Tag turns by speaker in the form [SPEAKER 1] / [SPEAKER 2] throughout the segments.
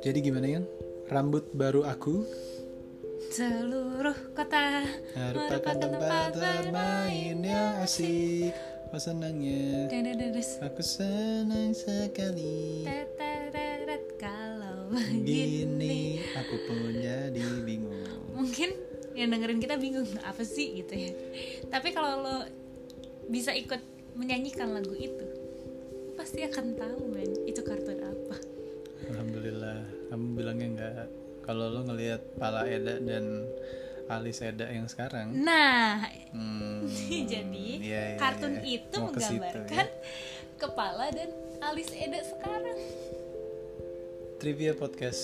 [SPEAKER 1] Jadi gimana ya? Rambut baru aku
[SPEAKER 2] Seluruh kota
[SPEAKER 1] merupakan tempat bermain yang asik. Oh senangnya,
[SPEAKER 2] Dedededes.
[SPEAKER 1] aku senang sekali.
[SPEAKER 2] Teteteret. Kalau
[SPEAKER 1] Gini
[SPEAKER 2] begini
[SPEAKER 1] aku pun jadi bingung.
[SPEAKER 2] Mungkin yang dengerin kita bingung Apa sih gitu ya Tapi kalau lo bisa ikut menyanyikan lagu itu lo Pasti akan tahu men Itu kartun apa
[SPEAKER 1] Alhamdulillah, kamu bilangnya enggak. Kalau lo ngelihat pala Eda dan alis Eda yang sekarang,
[SPEAKER 2] Nah
[SPEAKER 1] hmm,
[SPEAKER 2] jadi
[SPEAKER 1] iya, iya,
[SPEAKER 2] kartun
[SPEAKER 1] iya.
[SPEAKER 2] itu
[SPEAKER 1] Mau ke situ, ya.
[SPEAKER 2] menggambarkan Kepala dan alis Eda sekarang
[SPEAKER 1] Trivia podcast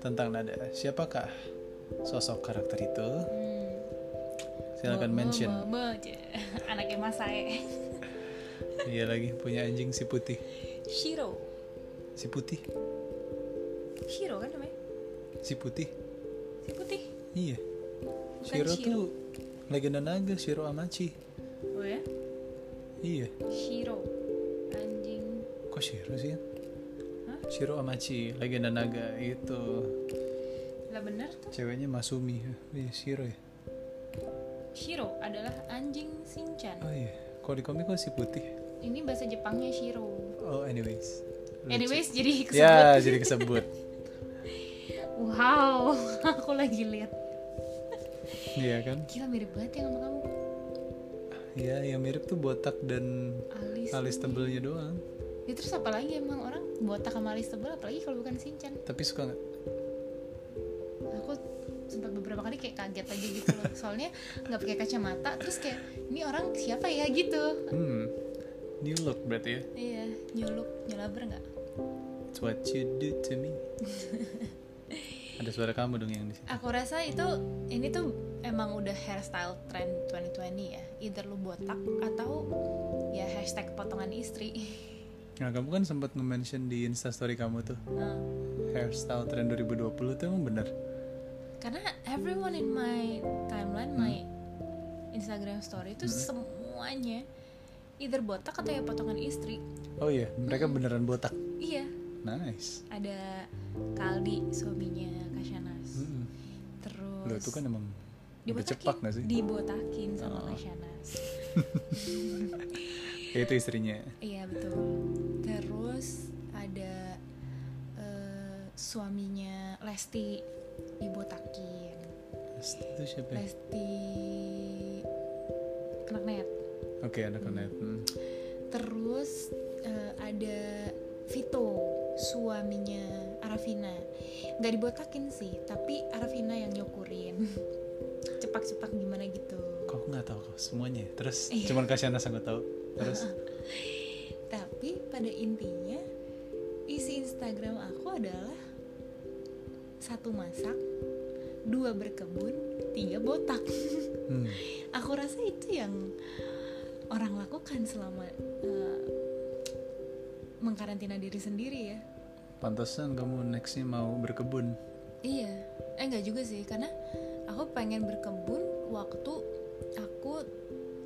[SPEAKER 1] tentang nada. Siapakah sosok karakter itu?
[SPEAKER 2] Hmm.
[SPEAKER 1] Silakan
[SPEAKER 2] Be- be-
[SPEAKER 1] mention.
[SPEAKER 2] be- be aja. Anaknya Mas Sae.
[SPEAKER 1] Iya lagi punya anjing si putih.
[SPEAKER 2] Shiro.
[SPEAKER 1] Si putih,
[SPEAKER 2] Shiro kan namanya?
[SPEAKER 1] si putih.
[SPEAKER 2] Si putih.
[SPEAKER 1] Iya.
[SPEAKER 2] Bukan
[SPEAKER 1] Shiro,
[SPEAKER 2] Shiro.
[SPEAKER 1] tuh legenda naga Shiro Amachi.
[SPEAKER 2] Oh ya?
[SPEAKER 1] Iya.
[SPEAKER 2] Shiro. Anjing.
[SPEAKER 1] Kok Shiro sih? ya?
[SPEAKER 2] Hah?
[SPEAKER 1] Shiro Amachi, legenda naga itu.
[SPEAKER 2] Lah bener tuh.
[SPEAKER 1] Ceweknya Masumi. Iya, Shiro ya.
[SPEAKER 2] Shiro adalah anjing Shinchan.
[SPEAKER 1] Oh iya. Kalau di komik kok si putih.
[SPEAKER 2] Ini bahasa Jepangnya Shiro.
[SPEAKER 1] Oh, anyways. Lucu.
[SPEAKER 2] Anyways, jadi kesebut.
[SPEAKER 1] Ya, jadi kesebut.
[SPEAKER 2] Wow, aku lagi lihat.
[SPEAKER 1] Iya kan?
[SPEAKER 2] Gila mirip banget ya sama kamu.
[SPEAKER 1] Iya, yang mirip tuh botak dan
[SPEAKER 2] Alis.
[SPEAKER 1] alis tebelnya doang.
[SPEAKER 2] Ya terus apa lagi emang orang botak sama alis tebal apalagi kalau bukan Shinchan.
[SPEAKER 1] Tapi suka nggak?
[SPEAKER 2] aku sempat beberapa kali kayak kaget aja gitu loh soalnya nggak pakai kacamata terus kayak ini orang siapa ya gitu
[SPEAKER 1] Hmm. New look berarti ya.
[SPEAKER 2] iya nyuluk nyulaber nggak
[SPEAKER 1] It's what you do to me. Ada suara kamu dong yang di sini.
[SPEAKER 2] aku rasa itu ini tuh emang udah hairstyle trend 2020 ya either lu botak atau ya hashtag potongan istri
[SPEAKER 1] Nah, kamu kan sempat nge-mention di Instastory kamu tuh
[SPEAKER 2] Nah,
[SPEAKER 1] hairstyle trend 2020 tuh emang bener.
[SPEAKER 2] karena everyone in my timeline my Instagram story itu
[SPEAKER 1] Mm-hmm.
[SPEAKER 2] semuanya either botak atau ya potongan istri
[SPEAKER 1] Oh iya, mereka beneran botak.
[SPEAKER 2] iya
[SPEAKER 1] Nice.
[SPEAKER 2] ada Kaldi suaminya Kasyanas
[SPEAKER 1] Mm-mm. ya?
[SPEAKER 2] terus
[SPEAKER 1] Lo tuh kan emang udah
[SPEAKER 2] dibotakin,
[SPEAKER 1] cepak gak sih?
[SPEAKER 2] dibotakin sama
[SPEAKER 1] Oh.
[SPEAKER 2] Kasyanas
[SPEAKER 1] Ya, itu istrinya.
[SPEAKER 2] iya betul terus ada eh, suaminya Lesti dibotakin
[SPEAKER 1] Itu siapa ya?
[SPEAKER 2] Lesti anak net
[SPEAKER 1] Oke, anak anak hmm.
[SPEAKER 2] terus eh, ada Vito suaminya Arafina nggak dibotakin sih tapi Arafina yang nyukurin cepak-cepak gimana gitu
[SPEAKER 1] Kok aku nggak tahu kok semuanya. ya? Terus
[SPEAKER 2] Iya.
[SPEAKER 1] cuman Kasiana yang gue tahu. Terus
[SPEAKER 2] tapi pada intinya isi Instagram aku adalah satu masak dua berkebun tiga botak
[SPEAKER 1] hmm,
[SPEAKER 2] aku rasa itu yang orang lakukan selama eh, mengkarantina diri sendiri ya
[SPEAKER 1] pantesan kamu nextnya mau berkebun.
[SPEAKER 2] iya eh enggak juga sih karena aku pengen berkebun waktu aku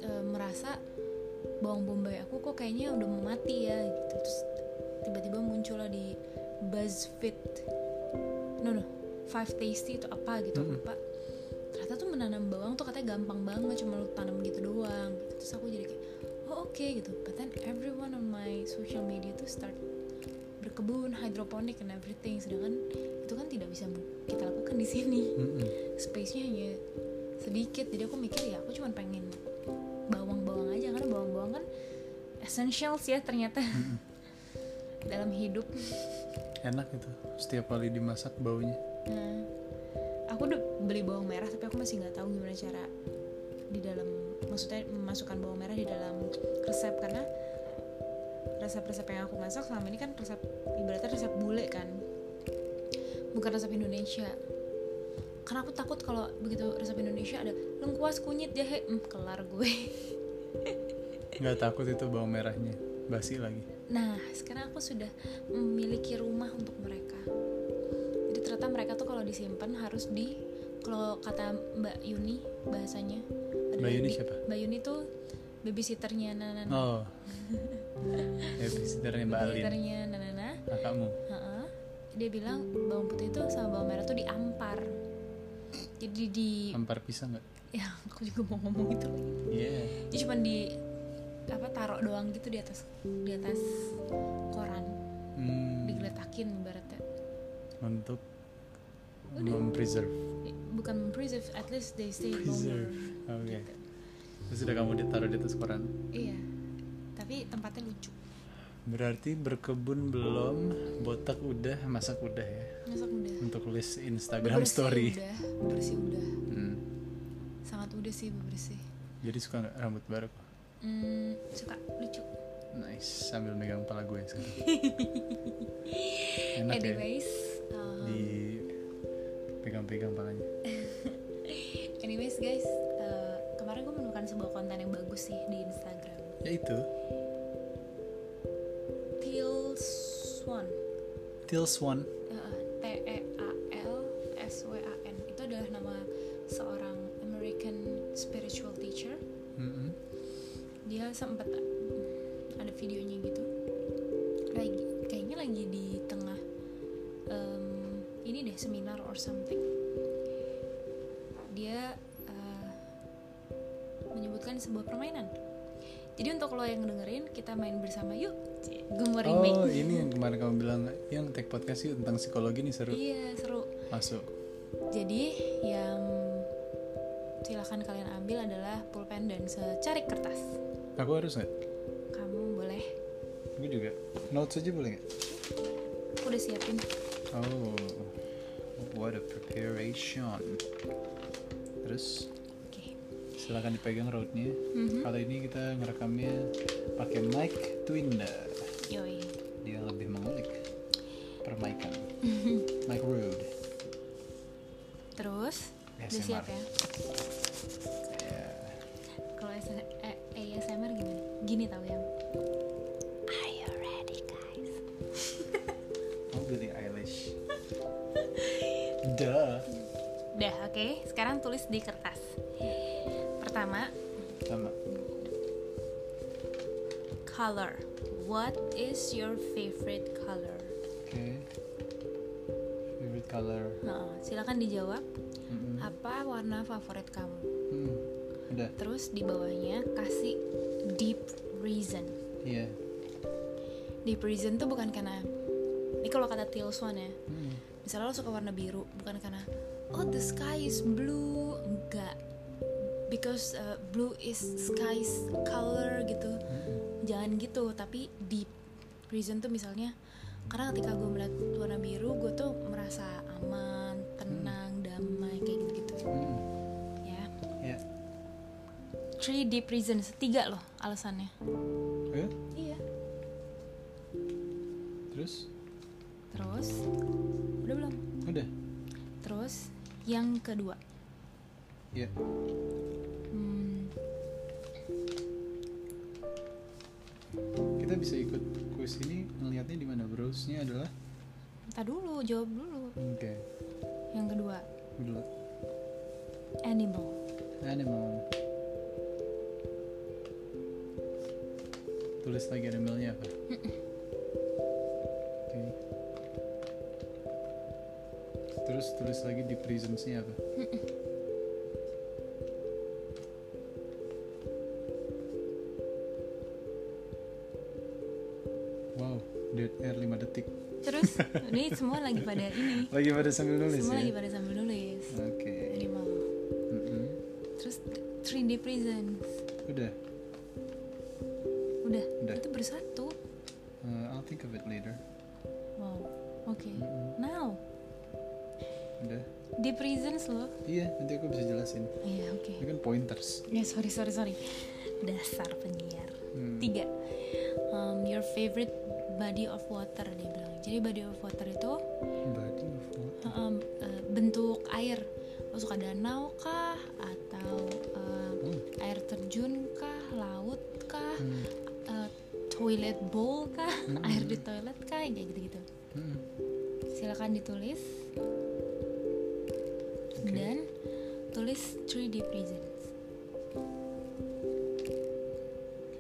[SPEAKER 2] eh, merasa bawang bombay aku kok kayaknya udah mau mati ya gitu terus tiba-tiba muncullah di Buzzfeed no no Five Tasty itu apa gitu aku
[SPEAKER 1] Mm-mm.
[SPEAKER 2] lupa ternyata tuh menanam bawang tuh katanya gampang banget cuma lu tanam gitu doang gitu. terus aku jadi kayak oh oke gitu but then everyone on my social media tuh start berkebun hydroponic and everything sedangkan itu kan tidak bisa kita lakukan di sini
[SPEAKER 1] Mm-mm.
[SPEAKER 2] space-nya hanya sedikit jadi aku mikir ya aku cuma pengen bawang-bawang aja karena bawang-bawang kan essentials ya ternyata dalam hidup
[SPEAKER 1] Enak itu. Setiap kali dimasak baunya.
[SPEAKER 2] nah, aku udah beli bawang merah tapi aku masih nggak tahu gimana cara di dalam maksudnya memasukkan bawang merah di dalam resep karena resep-resep yang aku masak selama ini kan resep ibaratnya resep bule kan bukan resep Indonesia karena aku takut kalau begitu resep Indonesia ada lengkuas kunyit jahe hmm, kelar gue
[SPEAKER 1] Nggak takut itu bau merahnya. Basi lagi.
[SPEAKER 2] Nah, sekarang aku sudah memiliki rumah untuk mereka. Jadi ternyata mereka tuh kalau disimpan harus di kalau kata Mbak Yuni bahasanya. ada
[SPEAKER 1] Mbak Yuni
[SPEAKER 2] di-
[SPEAKER 1] siapa?
[SPEAKER 2] Mbak Yuni tuh babysitternya Nana
[SPEAKER 1] Oh. Babysitternya Mbak Alin,
[SPEAKER 2] babysitternya Nana
[SPEAKER 1] kakakmu.
[SPEAKER 2] Heeh. dia bilang bawang putih itu sama bawang merah tuh diampar jadi di
[SPEAKER 1] Hampir pisang nggak?
[SPEAKER 2] ya aku juga mau ngomong itu lagi
[SPEAKER 1] Iya.
[SPEAKER 2] dia cuma di apa taruh doang gitu di atas di atas koran
[SPEAKER 1] Hmm,
[SPEAKER 2] digeletakin ibaratnya
[SPEAKER 1] untuk
[SPEAKER 2] Udah.
[SPEAKER 1] mempreserve.
[SPEAKER 2] Eh, bukan preserve at least they stay longer
[SPEAKER 1] Preserve. Oke.
[SPEAKER 2] gitu.
[SPEAKER 1] Terus udah kamu ditaruh di atas koran.
[SPEAKER 2] iya tapi tempatnya lucu
[SPEAKER 1] Berarti berkebun belum, botak udah, masak udah ya.
[SPEAKER 2] masak udah
[SPEAKER 1] Untuk list Instagram
[SPEAKER 2] Bebersih
[SPEAKER 1] story.
[SPEAKER 2] udah bersih udah
[SPEAKER 1] Hmm.
[SPEAKER 2] sangat udah sih bersih
[SPEAKER 1] Jadi suka nggak rambut baru?
[SPEAKER 2] hmm, suka lucu
[SPEAKER 1] Nice, sambil megang kepala gue sekarang. Enak ya,
[SPEAKER 2] anyways um,
[SPEAKER 1] di pegang-pegang palanya.
[SPEAKER 2] anyways guys uh, kemarin gue menemukan sebuah konten yang bagus sih di Instagram
[SPEAKER 1] Ya itu,
[SPEAKER 2] Teal Swan
[SPEAKER 1] Till Swan.
[SPEAKER 2] T E A L S W A N itu adalah nama seorang American spiritual teacher
[SPEAKER 1] Mm-mm.
[SPEAKER 2] dia sempat ada videonya gitu lagi kayaknya lagi di tengah em, ini deh seminar or something dia eh, menyebutkan sebuah permainan jadi untuk lo yang dengerin kita main bersama yuk gue mau remake
[SPEAKER 1] Oh, ini yang kemarin kamu bilang yang take podcast yuk tentang psikologi nih seru.
[SPEAKER 2] iya seru
[SPEAKER 1] Masuk.
[SPEAKER 2] Jadi yang silakan kalian ambil adalah pulpen dan secari kertas.
[SPEAKER 1] Aku harus nggak?
[SPEAKER 2] Kamu boleh.
[SPEAKER 1] Gue juga. Notes aja boleh nggak?
[SPEAKER 2] Aku udah siapin.
[SPEAKER 1] Oh, what a preparation. Terus
[SPEAKER 2] Oke.
[SPEAKER 1] silakan dipegang roadnya.
[SPEAKER 2] Mhm.
[SPEAKER 1] Kali ini kita ngerekamnya pakai mic Twinda.
[SPEAKER 2] Yoi.
[SPEAKER 1] Dia lebih mengulik permaikan. mic Rode.
[SPEAKER 2] Terus udah
[SPEAKER 1] ASMR.
[SPEAKER 2] siap ya.
[SPEAKER 1] Ya.
[SPEAKER 2] Kalau AS- eh, ASMR gimana? Gini tau ya. Are you ready guys?
[SPEAKER 1] Oh, Billie Eilish. Duh.
[SPEAKER 2] Udah, oke. Sekarang tulis di kertas. Pertama,
[SPEAKER 1] Sama.
[SPEAKER 2] color. What is your favorite color?
[SPEAKER 1] Oke. Favorite color.
[SPEAKER 2] Nah, silakan dijawab.
[SPEAKER 1] Mm-mm.
[SPEAKER 2] Apa warna favorit kamu?
[SPEAKER 1] Hmm. Udah.
[SPEAKER 2] Terus di bawahnya kasih deep reason.
[SPEAKER 1] Iya.
[SPEAKER 2] Deep reason tuh bukan karena ini kalau kata Till Swan ya.
[SPEAKER 1] Hmm.
[SPEAKER 2] Misalnya lo suka warna biru, bukan karena oh the sky is blue, enggak. Because uh, blue is sky's color gitu.
[SPEAKER 1] Hmm.
[SPEAKER 2] Jangan gitu, tapi deep reason tuh misalnya karena ketika gue melihat warna biru, gue tuh merasa aman, tenang, damai kayak gitu-gitu
[SPEAKER 1] Hmm.
[SPEAKER 2] ya.
[SPEAKER 1] Ya.
[SPEAKER 2] Three deep reasons, tiga loh alasannya.
[SPEAKER 1] Eh,
[SPEAKER 2] Iya.
[SPEAKER 1] Terus?
[SPEAKER 2] Terus udah belum?
[SPEAKER 1] Udah.
[SPEAKER 2] Terus yang kedua,
[SPEAKER 1] Ya.
[SPEAKER 2] hmm,
[SPEAKER 1] Kita bisa ikut kuis ini melihatnya di mana browse-nya adalah
[SPEAKER 2] entah dulu, jawab dulu.
[SPEAKER 1] Oke.
[SPEAKER 2] Yang kedua,
[SPEAKER 1] Dulu.
[SPEAKER 2] animal.
[SPEAKER 1] Animal. Tulis lagi animalnya apa? Oke. Terus tulis lagi di prisms-nya apa? Wow, dead air 5 detik.
[SPEAKER 2] Terus ini semua lagi pada ini,
[SPEAKER 1] Lagi pada sambil nulis
[SPEAKER 2] semua
[SPEAKER 1] ya.
[SPEAKER 2] lagi pada sambil nulis.
[SPEAKER 1] Oke.
[SPEAKER 2] Animal.
[SPEAKER 1] Mm-mm.
[SPEAKER 2] Terus th- three deep reasons.
[SPEAKER 1] Udah.
[SPEAKER 2] Udah,
[SPEAKER 1] Udah.
[SPEAKER 2] itu bersatu.
[SPEAKER 1] Uh, I'll think of it later.
[SPEAKER 2] Wow. Oke.
[SPEAKER 1] Mm-mm.
[SPEAKER 2] Now,
[SPEAKER 1] Udah.
[SPEAKER 2] deep reasons loh.
[SPEAKER 1] Iya, nanti aku bisa jelasin.
[SPEAKER 2] Iya, oke.
[SPEAKER 1] Itu kan pointers.
[SPEAKER 2] Ya sorry sorry sorry. Dasar penyiar.
[SPEAKER 1] Hmm.
[SPEAKER 2] tiga um, your favorite body of water dia bilang jadi body of water itu
[SPEAKER 1] Body of water.
[SPEAKER 2] um, uh, bentuk air lo suka danau kah atau uh,
[SPEAKER 1] Hmm.
[SPEAKER 2] air terjun kah laut kah
[SPEAKER 1] Hmm.
[SPEAKER 2] uh, toilet bowl kah
[SPEAKER 1] Hmm.
[SPEAKER 2] air di toilet kah kayak gitu gitu
[SPEAKER 1] Hmm.
[SPEAKER 2] silakan ditulis
[SPEAKER 1] Oke.
[SPEAKER 2] dan tulis three deep reasons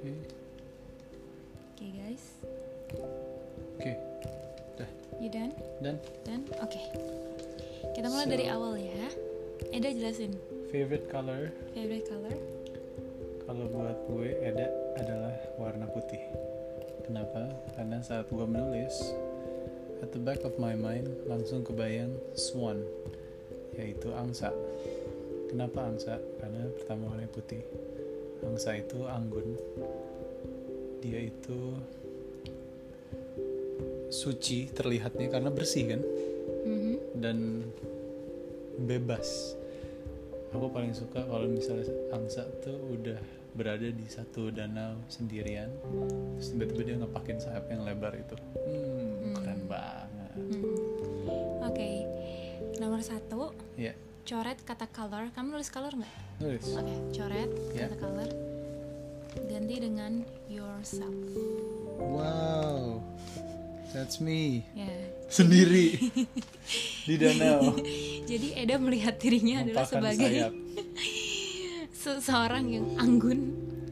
[SPEAKER 1] hmm,
[SPEAKER 2] guys.
[SPEAKER 1] Oke,
[SPEAKER 2] You done?
[SPEAKER 1] dan
[SPEAKER 2] Done? Oke. Kita mulai
[SPEAKER 1] So-
[SPEAKER 2] dari awal ya. Eda jelasin
[SPEAKER 1] favorite color
[SPEAKER 2] favorite color.
[SPEAKER 1] kalau buat gue Eda adalah warna putih. Kenapa? Karena saat gue menulis, at the back of my mind langsung kebayang swan, yaitu angsa. Kenapa angsa? Karena pertama warnanya putih. Angsa itu anggun. Dia itu suci terlihatnya karena bersih kan
[SPEAKER 2] Mhm.
[SPEAKER 1] dan bebas. Aku paling suka kalau misalnya angsa tuh udah berada di satu danau sendirian, terus tiba-tiba dia ngepakin sayap yang lebar itu. Hmm, keren banget.
[SPEAKER 2] Mhm. Oke. Nomor satu,
[SPEAKER 1] Ya,
[SPEAKER 2] coret kata color. Kamu nulis color nggak?
[SPEAKER 1] nulis.
[SPEAKER 2] Oke, coret
[SPEAKER 1] Ya.
[SPEAKER 2] kata color. Ganti dengan yourself.
[SPEAKER 1] Wow, that's me
[SPEAKER 2] Ya.
[SPEAKER 1] sendiri di danau.
[SPEAKER 2] Jadi Eda melihat dirinya adalah
[SPEAKER 1] Mempakan
[SPEAKER 2] sebagai
[SPEAKER 1] sayap.
[SPEAKER 2] seseorang yang anggun,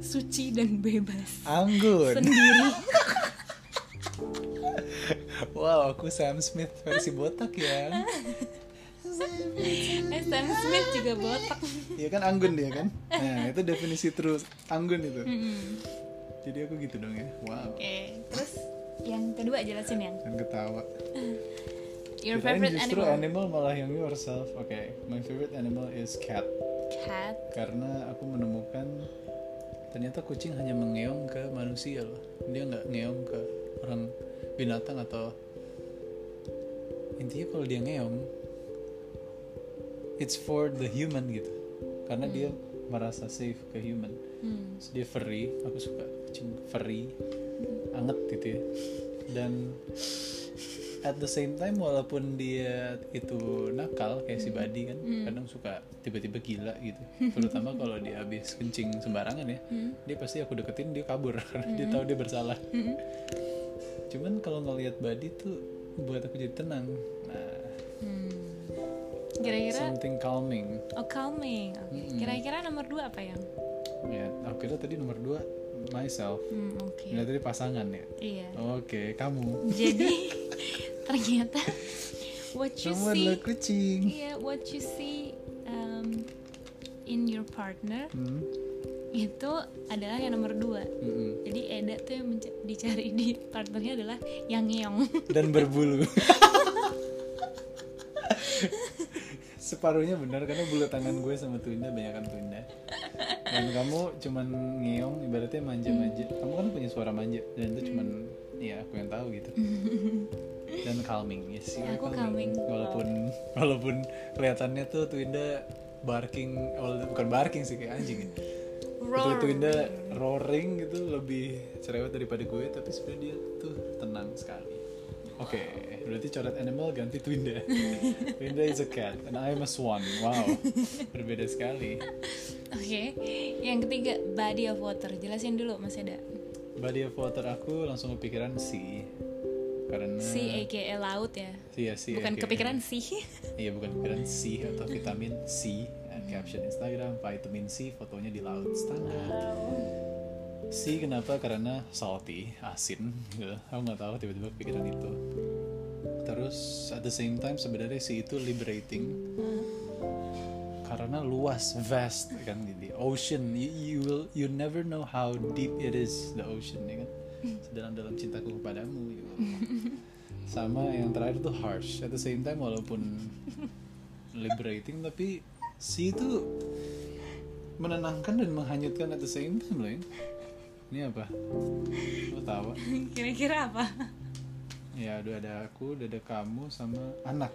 [SPEAKER 2] suci dan bebas.
[SPEAKER 1] Anggun.
[SPEAKER 2] Sendiri.
[SPEAKER 1] Wow, aku Sam Smith versi botak ya.
[SPEAKER 2] Eh, Sam Smith juga botak.
[SPEAKER 1] Iya kan anggun dia kan. Nah, itu definisi terus anggun itu.
[SPEAKER 2] Mhm.
[SPEAKER 1] Jadi aku gitu dong ya. Wow.
[SPEAKER 2] Oke, terus yang kedua jelasin yang
[SPEAKER 1] Dan ketawa.
[SPEAKER 2] your
[SPEAKER 1] Kirain
[SPEAKER 2] favorite
[SPEAKER 1] justru animal.
[SPEAKER 2] animal.
[SPEAKER 1] malah yang yourself. Oke, my favorite animal is cat.
[SPEAKER 2] Cat.
[SPEAKER 1] Karena aku menemukan ternyata kucing hanya mengeong ke manusia loh. Dia nggak ngeong ke orang binatang atau intinya kalau dia ngeong it's for the human gitu. Karena dia
[SPEAKER 2] Mm.
[SPEAKER 1] merasa safe ke human.
[SPEAKER 2] Hmm.
[SPEAKER 1] Terus dia furry, aku suka kucing furry, anget gitu ya. Dan at the same time walaupun dia itu nakal kayak si Badi kan, kadang suka tiba-tiba gila gitu. Terutama kalau dia habis kencing sembarangan ya, dia pasti aku deketin dia kabur karena dia tahu dia bersalah. Cuman kalau ngelihat Badi tuh buat aku jadi tenang. Nah,
[SPEAKER 2] Hmm. Kira-kira
[SPEAKER 1] something calming.
[SPEAKER 2] oh calming. Oke.
[SPEAKER 1] Hmm.
[SPEAKER 2] Kira-kira nomor dua apa yang?
[SPEAKER 1] Ya, aku kira tadi nomor dua myself.
[SPEAKER 2] Hmm, oke.
[SPEAKER 1] Nah, tadi pasangan ya.
[SPEAKER 2] Iya.
[SPEAKER 1] Oke, kamu.
[SPEAKER 2] Jadi ternyata what you
[SPEAKER 1] Kamu
[SPEAKER 2] see,
[SPEAKER 1] adalah kucing.
[SPEAKER 2] iya what you see um, in your partner
[SPEAKER 1] Hmm.
[SPEAKER 2] itu adalah yang nomor dua.
[SPEAKER 1] Mm-mm.
[SPEAKER 2] Jadi Eda tuh yang menc- dicari di partnernya adalah yang ngeong.
[SPEAKER 1] Dan berbulu. Separuhnya benar karena bulu tangan gue sama kan, Tunda banyakkan Tunda. Dan kamu cuman ngeong ibaratnya manja-manja.
[SPEAKER 2] Hmm.
[SPEAKER 1] Kamu kan punya suara manja dan itu cuman ya aku yang tahu gitu. Dan calming ya sih.
[SPEAKER 2] Ya, aku calming.
[SPEAKER 1] Walaupun walaupun kelihatannya tuh Tunda barking all the- bukan barking sih kayak anjing ya. Itu
[SPEAKER 2] Roar.
[SPEAKER 1] Twinda roaring gitu lebih cerewet daripada gue tapi sebenarnya dia tuh tenang sekali. Oke, berarti coret animal ganti Twinda. Twinda is a cat and I am a swan. Wow, berbeda sekali.
[SPEAKER 2] Oke, yang ketiga body of water. Jelasin dulu Mas Eda.
[SPEAKER 1] Body of water aku langsung kepikiran si karena
[SPEAKER 2] Si aka laut ya.
[SPEAKER 1] si ya, Hmm. si,
[SPEAKER 2] Bukan
[SPEAKER 1] oke.
[SPEAKER 2] kepikiran sih.
[SPEAKER 1] Iya bukan kepikiran C atau vitamin C. Eh, Caption Instagram vitamin C fotonya di laut standar. Si kenapa? Karena salty, asin. Gitu. Aku nggak tahu tiba-tiba pikiran itu. Terus at the same time sebenarnya si itu liberating karena luas, vast kan gitu. Ocean, you, you will you never know how deep it is the ocean ya kan. Sedalam dalam cintaku kepadamu. You will know. Sama yang terakhir tuh harsh. At the same time walaupun liberating tapi si itu menenangkan dan menghanyutkan at the same time loh ya. Ini apa? Lo tawa?
[SPEAKER 2] Kira-kira apa?
[SPEAKER 1] Ya udah ada aku, udah ada kamu sama anak.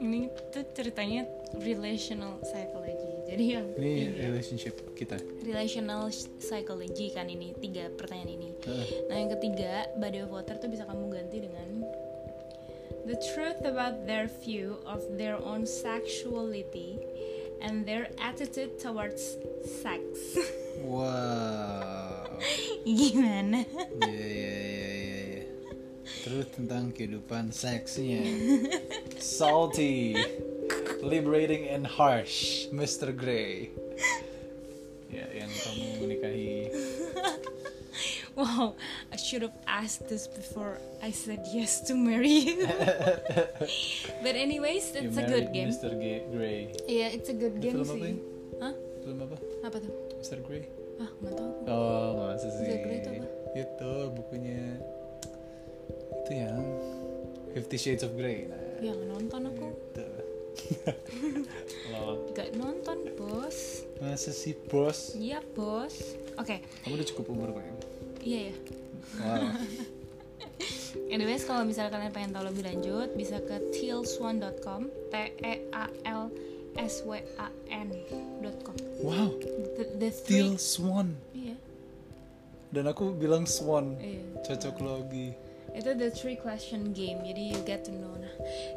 [SPEAKER 2] Ini tuh ceritanya relational psychology. Jadi yang
[SPEAKER 1] Ini relationship kita.
[SPEAKER 2] relational psychology kan ini tiga pertanyaan ini.
[SPEAKER 1] Heeh.
[SPEAKER 2] Nah yang ketiga body of water tuh bisa kamu ganti dengan the truth about their view of their own sexuality and their attitude towards sex.
[SPEAKER 1] Wow.
[SPEAKER 2] Gimana?
[SPEAKER 1] Ya ya ya ya ya. Terus tentang kehidupan seksnya. Salty, liberating and harsh, Mr. Grey. Ya, yang kamu menikahi
[SPEAKER 2] wow I should have asked this before I said yes to marry you but anyways
[SPEAKER 1] You
[SPEAKER 2] it's a
[SPEAKER 1] Married
[SPEAKER 2] good game
[SPEAKER 1] Mr. Gay- Grey
[SPEAKER 2] Iya, it's a good
[SPEAKER 1] Ini
[SPEAKER 2] game
[SPEAKER 1] film apa
[SPEAKER 2] sih.
[SPEAKER 1] ini?
[SPEAKER 2] Hah?
[SPEAKER 1] film apa
[SPEAKER 2] Apa tuh?
[SPEAKER 1] Mr. Grey
[SPEAKER 2] Ah, nggak tahu. aku.
[SPEAKER 1] oh masa sih
[SPEAKER 2] Mr. Grey itu apa?
[SPEAKER 1] itu bukunya itu yang Fifty Shades of Grey nah
[SPEAKER 2] Ya nggak nonton aku.
[SPEAKER 1] itu Lol.
[SPEAKER 2] Gak nonton bos.
[SPEAKER 1] masa sih bos
[SPEAKER 2] Iya bos. Oke,
[SPEAKER 1] kamu udah cukup umur kan
[SPEAKER 2] iya ya.
[SPEAKER 1] wow
[SPEAKER 2] Anyways, kalau misalnya kalian pengen tahu lebih lanjut, bisa ke tealswan.com, t e a l s w a n.com.
[SPEAKER 1] wow
[SPEAKER 2] The, the three.
[SPEAKER 1] Till Swan
[SPEAKER 2] Iya,
[SPEAKER 1] dan aku bilang Swan
[SPEAKER 2] iya.
[SPEAKER 1] cocok logi
[SPEAKER 2] Itu the three question game. Jadi you get to know. Nah,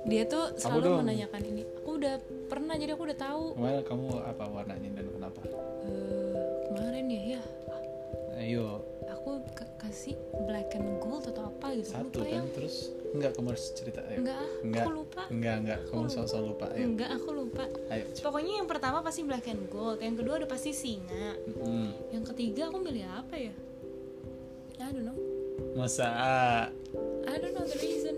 [SPEAKER 2] dia tuh selalu
[SPEAKER 1] dong. Oh.
[SPEAKER 2] menanyakan ini. Aku udah pernah jadi aku udah tahu.
[SPEAKER 1] Well, kamu apa warnanya dan kenapa
[SPEAKER 2] Eh, kemarin ya, ya
[SPEAKER 1] ayo
[SPEAKER 2] aku ke- kasih black and gold atau apa gitu
[SPEAKER 1] satu
[SPEAKER 2] lupa
[SPEAKER 1] kan terus enggak kamu harus cerita
[SPEAKER 2] ya
[SPEAKER 1] ayo
[SPEAKER 2] enggak ah,
[SPEAKER 1] Enggak.
[SPEAKER 2] aku lupa
[SPEAKER 1] enggak enggak kamu
[SPEAKER 2] Aku-
[SPEAKER 1] soal-soal lupa ayo
[SPEAKER 2] enggak aku lupa
[SPEAKER 1] ayo cepet.
[SPEAKER 2] pokoknya yang pertama pasti black and gold yang kedua udah pasti singa
[SPEAKER 1] Mm-mm.
[SPEAKER 2] yang ketiga aku milih apa ya I don't know
[SPEAKER 1] masa ah.
[SPEAKER 2] I don't know the reason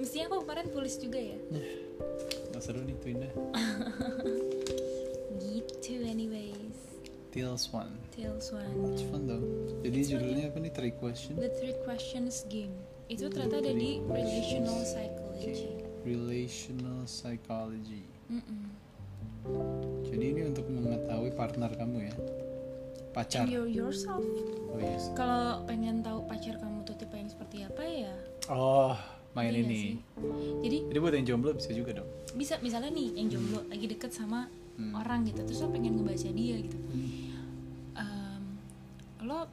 [SPEAKER 2] mestinya aku kemarin tulis juga ya
[SPEAKER 1] nggak seru nih tuh indah
[SPEAKER 2] gitu anyways
[SPEAKER 1] Till Swan
[SPEAKER 2] tales one
[SPEAKER 1] it's fun though jadi judulnya apa nih three question
[SPEAKER 2] the three questions game itu ternyata ada di
[SPEAKER 1] Three
[SPEAKER 2] relational
[SPEAKER 1] questions.
[SPEAKER 2] psychology
[SPEAKER 1] Okay. relational psychology
[SPEAKER 2] Mm-mm.
[SPEAKER 1] jadi ini untuk mengetahui partner kamu ya pacar
[SPEAKER 2] and you're yourself
[SPEAKER 1] oh yes
[SPEAKER 2] kalau pengen tahu pacar kamu tuh tipe yang seperti apa ya
[SPEAKER 1] oh main
[SPEAKER 2] Iya
[SPEAKER 1] ini
[SPEAKER 2] sih. jadi
[SPEAKER 1] jadi buat yang jomblo bisa juga dong
[SPEAKER 2] bisa misalnya nih yang jomblo lagi deket sama
[SPEAKER 1] Hmm.
[SPEAKER 2] orang gitu terus lo pengen ngebaca dia gitu
[SPEAKER 1] Hmm.
[SPEAKER 2] Em, lo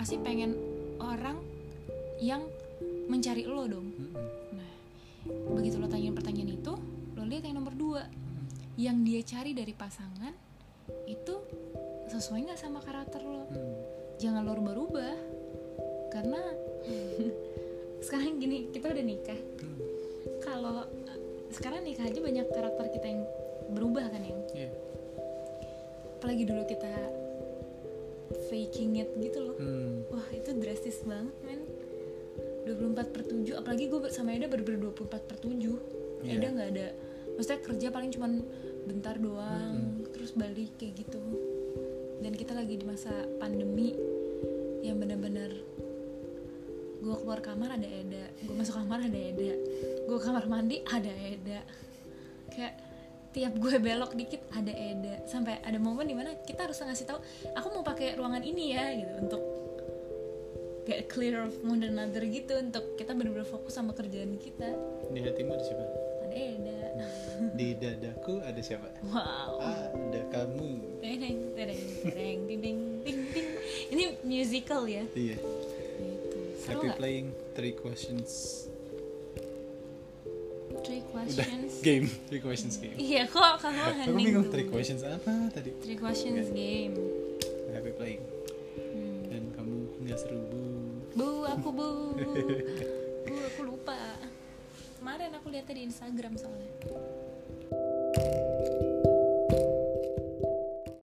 [SPEAKER 2] pasti pengen orang yang mencari lo dong
[SPEAKER 1] Mm-mm.
[SPEAKER 2] nah begitu lo tanyain pertanyaan itu lo lihat yang nomor dua yang dia cari dari pasangan itu sesuai nggak sama karakter lo
[SPEAKER 1] Hmm.
[SPEAKER 2] jangan lo rubah-rubah karena sekarang gini kita udah nikah
[SPEAKER 1] Hmm.
[SPEAKER 2] kalau eh, sekarang nikah aja banyak karakter kita yang berubah kan yang
[SPEAKER 1] Iya.
[SPEAKER 2] apalagi dulu kita faking it gitu loh
[SPEAKER 1] Hmm.
[SPEAKER 2] wah itu drastis banget men 24 per 7 apalagi gue sama Eda bener-bener 24 per 7
[SPEAKER 1] Iya.
[SPEAKER 2] Eda nggak ada maksudnya kerja paling cuman bentar doang terus balik kayak gitu dan kita lagi di masa pandemi yang bener-bener gue keluar kamar ada Eda gue masuk kamar ada Eda gue kamar mandi ada Eda kayak tiap gue belok dikit ada Eda sampai ada momen dimana kita harus ngasih tahu aku mau pakai ruangan ini ya gitu untuk kayak clear of one another gitu untuk kita bener-bener fokus sama kerjaan kita
[SPEAKER 1] di hatimu ada siapa
[SPEAKER 2] ada Eda
[SPEAKER 1] di dadaku ada siapa
[SPEAKER 2] wow
[SPEAKER 1] ada kamu
[SPEAKER 2] tereng tereng tereng ding ding ding ding ini musical ya
[SPEAKER 1] iya
[SPEAKER 2] gitu.
[SPEAKER 1] happy
[SPEAKER 2] seru nggak
[SPEAKER 1] playing three questions
[SPEAKER 2] three
[SPEAKER 1] udah
[SPEAKER 2] questions
[SPEAKER 1] game three questions game
[SPEAKER 2] iya kok kamu
[SPEAKER 1] aku
[SPEAKER 2] hening
[SPEAKER 1] bingung
[SPEAKER 2] tuh.
[SPEAKER 1] three questions apa tadi
[SPEAKER 2] Three questions game
[SPEAKER 1] happy playing
[SPEAKER 2] Hmm.
[SPEAKER 1] dan kamu nggak seru bu
[SPEAKER 2] bu aku bu bu aku lupa kemarin aku lihat di Instagram soalnya